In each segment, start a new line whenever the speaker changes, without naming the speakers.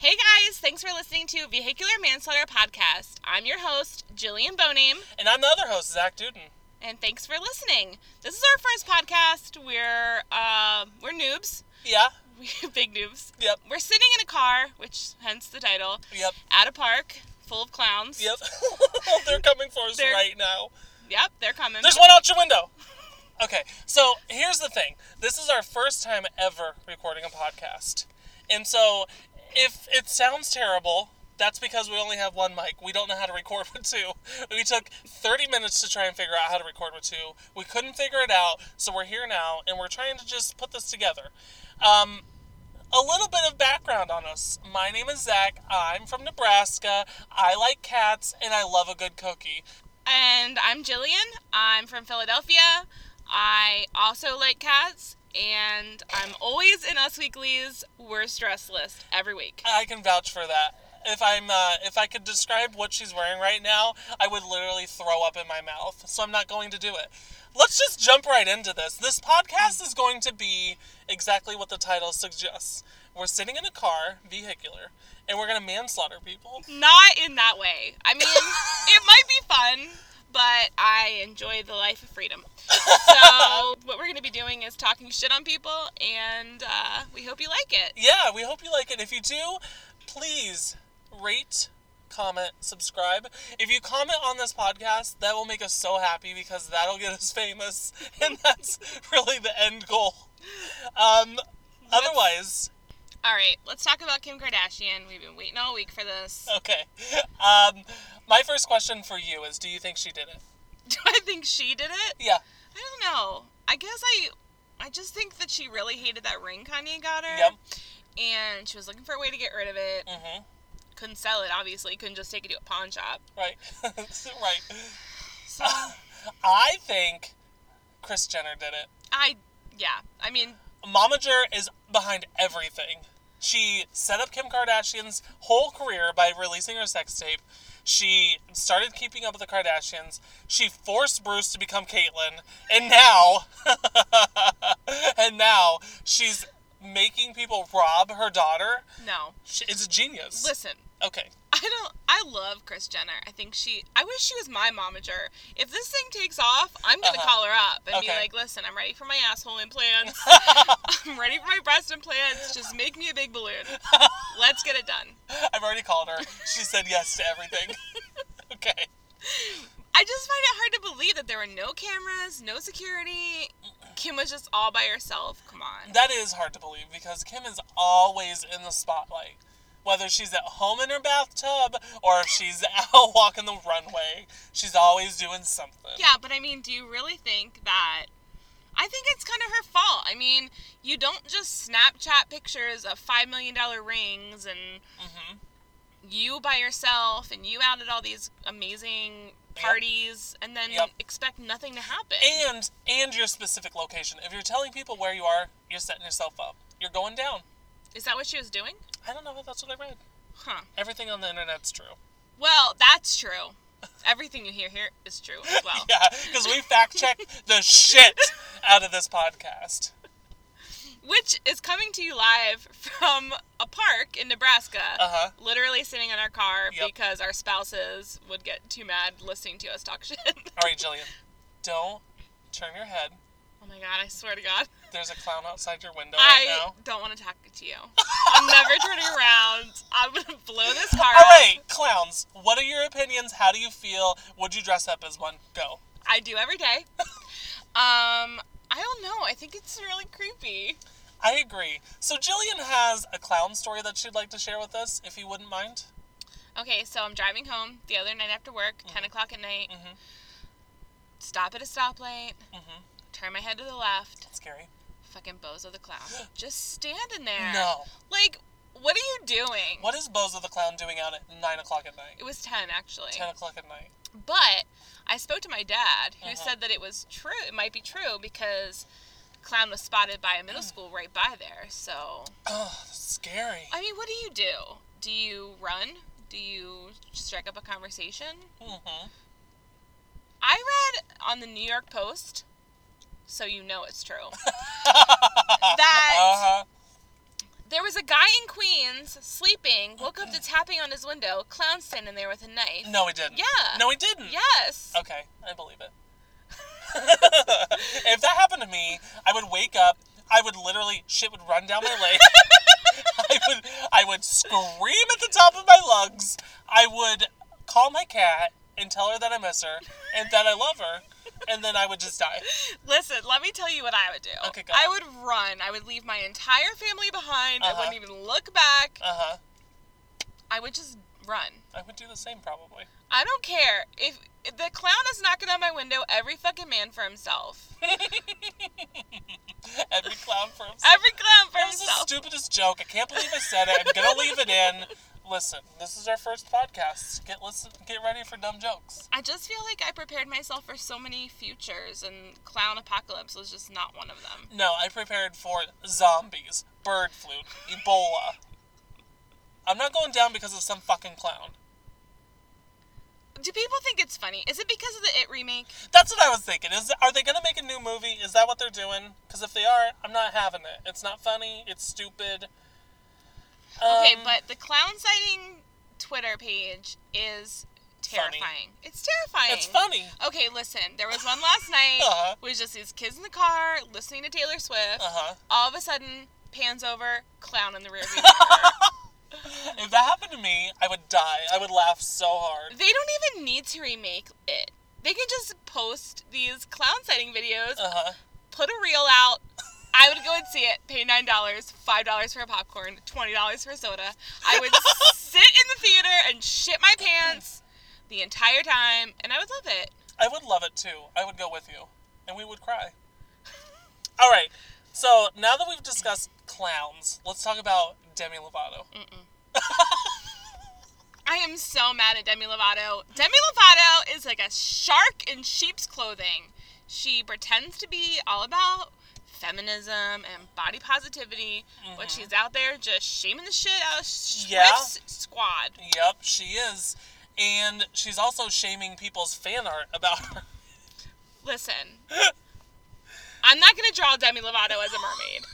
guys, thanks for listening to Vehicular Manslaughter Podcast. I'm your host, Jillian Boname,
And I'm the other host, Zach Duden.
and thanks for listening. This is our first podcast. We're uh, we're noobs,
Yeah.
we big noobs.
Yep.
We're sitting in a car, which hence the title,
Yep.
at a park full of clowns.
Yep. They're coming for us
They're-
right now.
Yep, they're coming.
There's one out your window. Okay, so here's the thing. This is our first time ever recording a podcast. And so if it sounds terrible, that's because we only have one mic. We don't know how to record with two. We took 30 minutes to try and figure out how to record with two. We couldn't figure it out, so we're here now and we're trying to just put this together. Um, a little bit of background on us. My name is Zach. I'm from Nebraska. I like cats and I love a good cookie.
And I'm Jillian. I'm from Philadelphia. I also like cats, and I'm always in Us Weekly's worst dress list every week.
I can vouch for that. If I'm, uh, if I could describe what she's wearing right now, I would literally throw up in my mouth. So I'm not going to do it. Let's just jump right into this. This podcast is going to be exactly what the title suggests. We're sitting in a car, vehicular, and we're gonna manslaughter people.
Not in that way. I mean, it might be fun, but I enjoy the life of freedom. So, what we're going to be doing is talking shit on people, and uh, we hope you like it.
Yeah, we hope you like it. If you do, please rate, comment, subscribe. If you comment on this podcast, that will make us so happy because that'll get us famous, and that's really the end goal. Um, otherwise,
All right, let's talk about Kim Kardashian. We've been waiting all week for this.
okay. Um, my first question for you is: Do you think she did it?
Do I think she did it?
Yeah.
I don't know. I guess I I just think that she really hated that ring Kanye got her.
Yep.
And she was looking for a way to get rid of it.
Mm-hmm.
Couldn't sell it, obviously. Couldn't just take it to a pawn shop.
Right. right.
So
I think Chris Jenner did it.
I yeah. I mean
Momager is behind everything. She set up Kim Kardashian's whole career by releasing her sex tape. She started keeping up with the Kardashians. She forced Bruce to become Caitlyn, and now, and now she's making people rob her daughter.
no.
She is a genius.
Listen,
Okay,
I don't I love Chris Jenner. I think she I wish she was my momager. If this thing takes off, I'm gonna
Uh-huh.
call her up and be
Okay.
like, listen, I'm ready for my asshole implants. I'm ready for my breast implants. Just make me a big balloon. Let's get it done.
I've already called her. She said yes to everything. okay.
I just find it hard to believe that there were no cameras, no security. Kim was just all by herself. Come on.
That is hard to believe because Kim is always in the spotlight. Whether she's at home in her bathtub or if she's out walking the runway, she's always doing something.
yeah, but I mean, do you really think that? I think it's kind of her fault. I mean, you don't just Snapchat pictures of $5 million rings and
hmm
you by yourself and you out at all these amazing parties and then
Yep.
expect nothing to happen.
And and your specific location. If you're telling people where you are, you're setting yourself up. You're going down.
Is that what she was doing?
I don't know if that's what I read.
Huh.
Everything on the internet's true.
Well, that's true. Everything you hear here is true as well.
Yeah, because we fact check the shit out of this podcast.
which is coming to you live from a park in Nebraska.
Uh-huh.
Literally sitting in our car
Yep.
because our spouses would get too mad listening to us talk shit.
All right, Jillian, don't turn your head.
oh my god, I swear to god.
There's a clown outside your window right
I
now.
don't want to talk to you. I'm never turning around. I'm going to blow this car
All
up.
right, clowns. What are your opinions? How do you feel? Would you dress up as one? Go.
I do every day. Um, I don't know. I think it's really creepy.
I agree. So Jillian has a clown story that she'd like to share with us, if you wouldn't mind.
Okay, so I'm driving home the other night after work,
Mm-hmm.
10 o'clock at night.
Mhm.
Stop at a stoplight,
Mhm.
turn my head to the left.
Scary.
Fucking Bozo the Clown. Just standing there.
No.
Like, what are you doing?
What is Bozo the clown doing out at nine o'clock at night?
It was 10, actually.
Ten o'clock at night.
But I spoke to my dad, who
Uh-huh.
said that it was true. It might be true because Clown was spotted by a
Mm.
middle school right by there. So,
Oh, scary.
I mean, what do you do? Do you run? Do you strike up a conversation?
Mhm.
I read on the New York Post, so you know it's true, that
Uh-huh. Uh huh.
There was a guy in Queens sleeping, woke up to tapping on his window, clown standing there with a knife.
No, Oh. he didn't.
Yeah.
No, he didn't.
Yes.
Okay, I believe it. if that happened to me, I would wake up. I would literally shit would run down my leg. I would I would scream at the top of my lungs. I would call my cat and tell her that I miss her and that I love her, and then I would just die.
Listen, let me tell you what I would do.
Okay, go.
I would run. I would leave my entire family behind.
Uh-huh.
I wouldn't even look back.
Uh huh.
I would just run.
I would do the same probably.
I don't care if, if the clown is knocking on my window. Every fucking man for himself.
Every clown for himself.
Every clown for
That was the
himself.
stupidest joke. I can't believe I said it. I'm gonna leave it in. Listen, this is our first podcast. Get listen. Get ready for dumb jokes.
I just feel like I prepared myself for so many futures, and clown apocalypse was just not one of them.
No, I prepared for zombies, bird flu, Ebola. I'm not going down because of some fucking clown.
Do people think it's funny? Is it because of the It remake?
That's what I was thinking. Is are they gonna make a new movie? Is that what they're doing? Because if they are, I'm not having it. It's not funny. It's stupid.
okay,
Um,
but the clown sighting Twitter page is
Funny.
terrifying. It's terrifying.
it's funny.
Okay, listen. There was one last night.
Uh-huh.
It was just these kids in the car listening to Taylor Swift.
Uh huh.
All of a sudden, pans over, clown in the rearview mirror.
If that happened to me, I would die. I would laugh so hard.
they don't even need to remake it. They can just post these clown sighting videos,
Uh huh.
put a reel out. I would go and see it, pay nine dollars, five dollars for a popcorn, twenty dollars for a soda. I would sit in the theater and shit my pants the entire time, and I would love it.
I would love it too. I would go with you, and we would cry. All right. So now that we've discussed clowns, let's talk about Demi Lovato.
I am so mad at Demi Lovato. Demi Lovato is like a shark in sheep's clothing. She pretends to be all about feminism and body positivity, but she's out there just shaming the shit out of Swift's
Yeah.
squad.
Yep, she is, and she's also shaming people's fan art about her.
Listen, I'm not gonna draw Demi Lovato as a mermaid,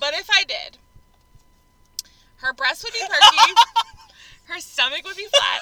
but if I did, her breasts would be perky, her stomach would be flat,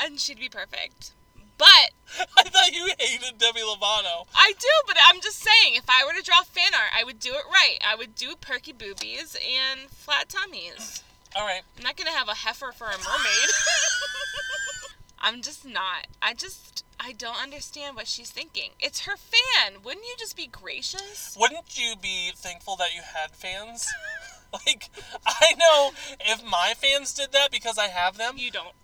and she'd be perfect. But
I thought you hated Demi Lovato.
I do, but I'm just saying, if I were to draw fan art, I would do it right. I would do perky boobies and flat tummies.
All right.
I'm not gonna have a heifer for a mermaid. I'm just not. I just I don't understand what she's thinking. It's her fan. Wouldn't you just be gracious?
Wouldn't you be thankful that you had fans? Like, I know if my fans did that because I have them,
You don't.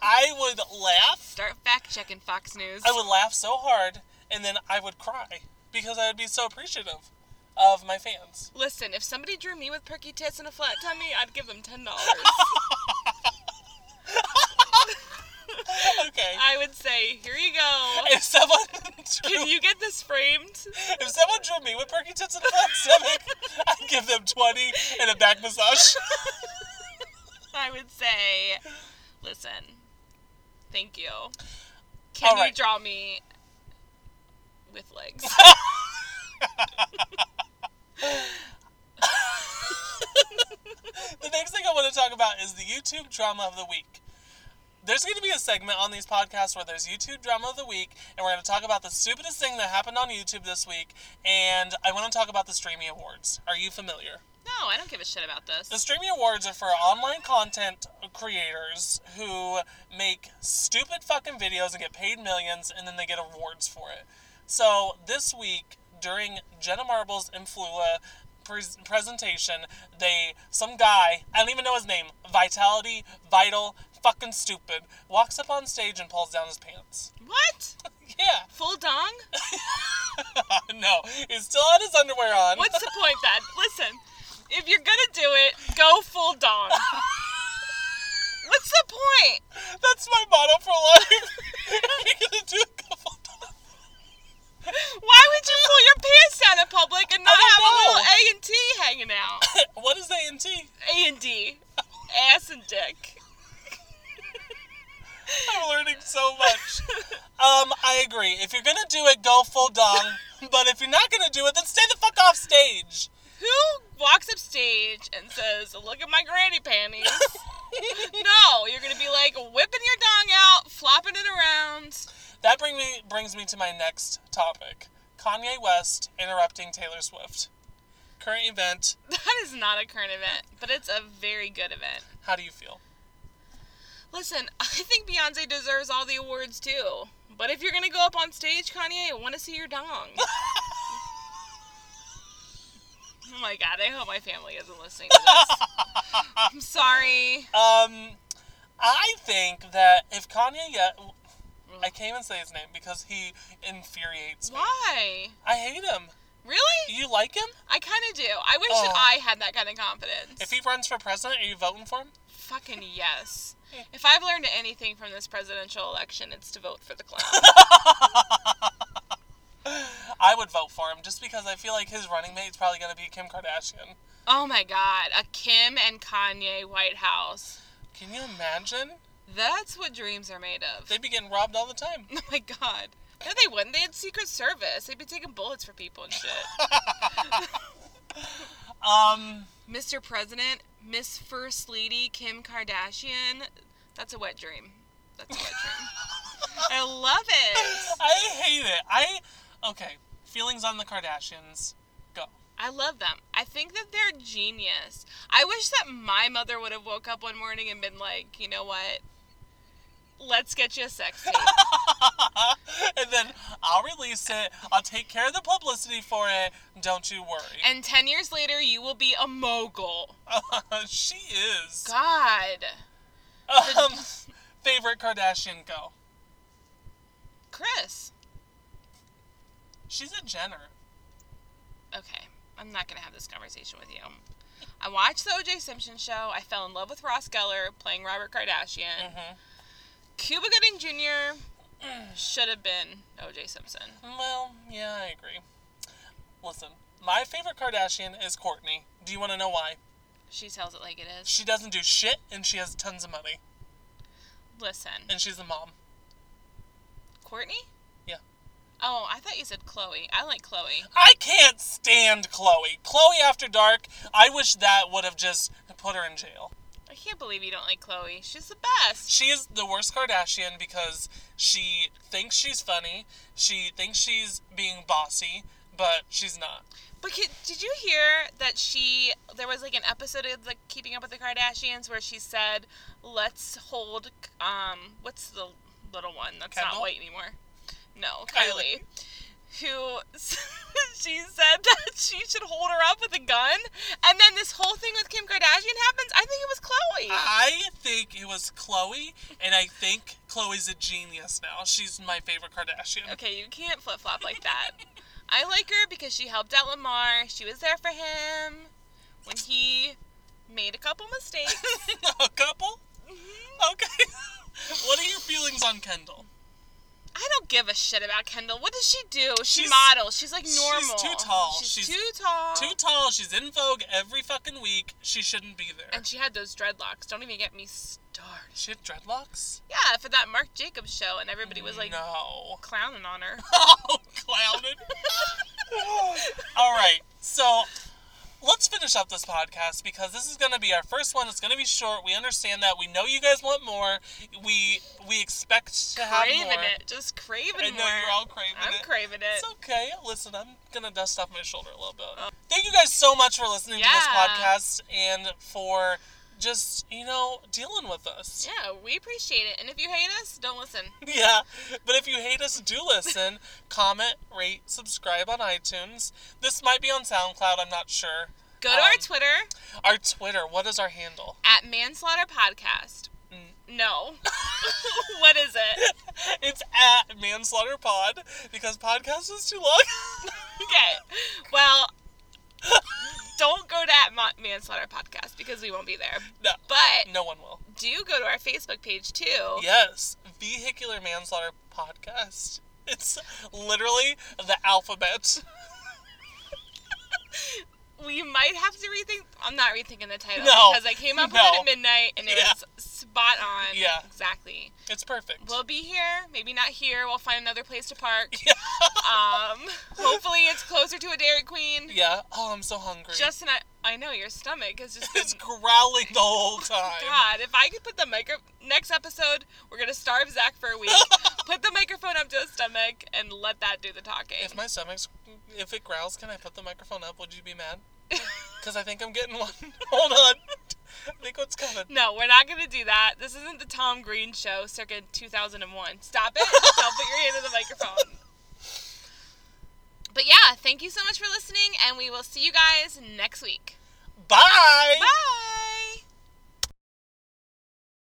I would laugh.
Start fact checking Fox News.
I would laugh so hard, and then I would cry because I would be so appreciative of my fans.
Listen, if somebody drew me with perky tits and a flat tummy, I'd give them ten dollars.
Okay.
I would say, here you go.
If someone drew,
Can you get this framed?
if someone drew me with perky tits and a flat stomach, I'd give them twenty and a back massage.
I would say, listen, thank you. Can you
Alright.
draw me with legs?
The next thing I want to talk about is the YouTube drama of the week. There's going to be a segment on these podcasts where there's YouTube drama of the week, and we're going to talk about the stupidest thing that happened on YouTube this week. And I want to talk about the Streamy Awards. Are you familiar?
no, I don't give a shit about
The
this.
Streamy Awards are for online content creators who make stupid fucking videos and get paid millions and then they get awards for it. So this week, during Jenna Marbles Influa pres presentation, they some guy, I don't even know his name, Vitality, Vital, fucking stupid, walks up on stage and pulls down his pants.
What?
Yeah.
Full dong?
no. He still had his underwear on.
What's the point then? Listen, if you're gonna do it, go full dong. What's the point?
That's my motto for life. You're gonna do a couple times.
Why would you pull your pants down in public and not
don't
have a
know.
little A and T hanging out?
What is A and T?
A and D, ass and dick.
I'm learning so much. Um, I agree. If you're gonna do it, go full dong. But if you're not gonna do it, then stay the fuck off stage.
Who walks up stage and says, "Look at my granny panties"? no, you're gonna be like whipping your dong out, flopping it around.
That bring me brings me to my next topic: Kanye West interrupting Taylor Swift. Current event.
That is not a current event, but it's a very good event.
How do you feel?
Listen, I think Beyonce deserves all the awards too. But if you're gonna go up on stage, Kanye, I want to see your dong. oh my god, I hope my family isn't listening to this. I'm sorry.
Um, I think that if Kanye yet. I can't even say his name because he infuriates me.
Why?
I hate him.
Really?
You like him?
I kind of do. I wish that
Oh.
I had that kind of confidence.
If he runs for president, are you voting for him?
Fucking yes. If I've learned anything from this presidential election, it's to vote for the clown.
I would vote for him just because I feel like his running mate is probably going to be Kim Kardashian.
oh my god, a Kim and Kanye White House.
Can you imagine?
That's what dreams are made of.
They'd be getting robbed all the time.
Oh my god. No, they wouldn't. They had Secret Service. They'd be taking bullets for people and shit.
Um,
Mr. President, Miss First Lady, Kim Kardashian. That's a wet dream. That's a wet dream. I love it.
I hate it. I. Okay, feelings on the Kardashians. Go.
I love them. I think that they're genius. I wish that my mother would have woke up one morning and been like, you know what? Let's get you a sex tape.
and then I'll release it. I'll take care of the publicity for it. Don't you worry.
and 10 years later, you will be a mogul.
she is.
God.
Um, favorite Kardashian go.
Chris.
She's a Jenner.
okay, I'm not gonna have this conversation with you. I watched the O.J. Simpson show. I fell in love with Ross Geller playing Robert Kardashian.
Mhm.
Cuba Gooding Jr. should have been O.J. Simpson.
Well, yeah, I agree. Listen, my favorite Kardashian is Courtney. Do you want to know why?
She tells it like it is.
She doesn't do shit, and she has tons of money,
Listen,
and she's a mom.
Courtney.
Yeah.
Oh, I thought you said Chloe. I like Chloe.
I can't stand Chloe. Chloe After Dark. I wish that would have just put her in jail.
I can't believe you don't like Chloe. She's the best.
She is the worst Kardashian because she thinks she's funny. She thinks she's being bossy, but she's not.
But ki- did you hear that she? There was like an episode of the Keeping Up with the Kardashians where she said, "Let's hold um, what's the little one that's
Kendall?
not white anymore? No, Kylie."
Kylie.
Who she said that she should hold her up with a gun, and then this whole thing with Kim Kardashian happens. I think it was Chloe.
I think it was Chloe, and I think Chloe's a genius now. She's my favorite Kardashian.
Okay, you can't flip flop like that. I like her because she helped out Lamar. She was there for him when he made a couple mistakes. Mm-hmm.
a couple? Okay. what are your feelings on Kendall?
I don't give a shit about Kendall. What does she do? She
She's-
models. She's like
she's
normal.
too tall.
She's,
She's
too tall.
Too tall, she's in Vogue every fucking week. She shouldn't be there.
and she had those dreadlocks. Don't even get me started.
she had dreadlocks?
Yeah, for that Marc Jacobs show, and everybody was like
No.
clowning on her.
Oh, clowned. All right, so let's finish up this podcast because this is going to be our first one. It's going to be short. We understand that. We know you guys want more. We we expect to have
craving
more.
it. Just craving
I know
more.
you're all craving
I'm
it.
craving it.
It's okay. Listen, I'm gonna dust off my shoulder a little bit. Thank you guys so much for listening to this
Oh. Yeah.
podcast and for just you know dealing with us.
yeah, we appreciate it. And if you hate us, don't listen.
Yeah, but if you hate us, do listen, comment, rate, subscribe on iTunes. This might be on SoundCloud. I'm not sure.
Go to our
Um,
Twitter
Our Twitter. What is our handle?
at Manslaughter Podcast.
Mm.
No. what is it?
It's at Manslaughter Pod because podcast is too long.
Okay. Well, don't go to at Mo- Manslaughter Podcast because we won't be there.
no,
But
no one will.
do go to our Facebook page too.
Yes, vehicular manslaughter podcast. It's literally the alphabet.
we might have to rethink. I'm not rethinking the title
No.
because I came up with
No.
it at midnight and it
Yeah.
was spot on.
Yeah.
exactly.
It's perfect.
We'll be here, maybe not here. We'll find another place to park. um, hopefully it's closer to a Dairy Queen.
yeah. Oh, I'm so hungry.
Justin, I, I know your stomach is just.
it's growling the whole time.
God, if I could put the micro next episode, we're gonna starve Zach for a week. put the microphone up to his stomach and let that do the talking.
If my stomach's, if it growls, can I put the microphone up? Would you be mad? Because I think I'm getting one. Hold on. I think what's coming.
no, we're not gonna do that. This isn't the Tom Green show circa 2001. Stop it! Don't put your hand in the microphone. But yeah, thank you so much for listening, and we will see you guys next week.
Bye.
Bye.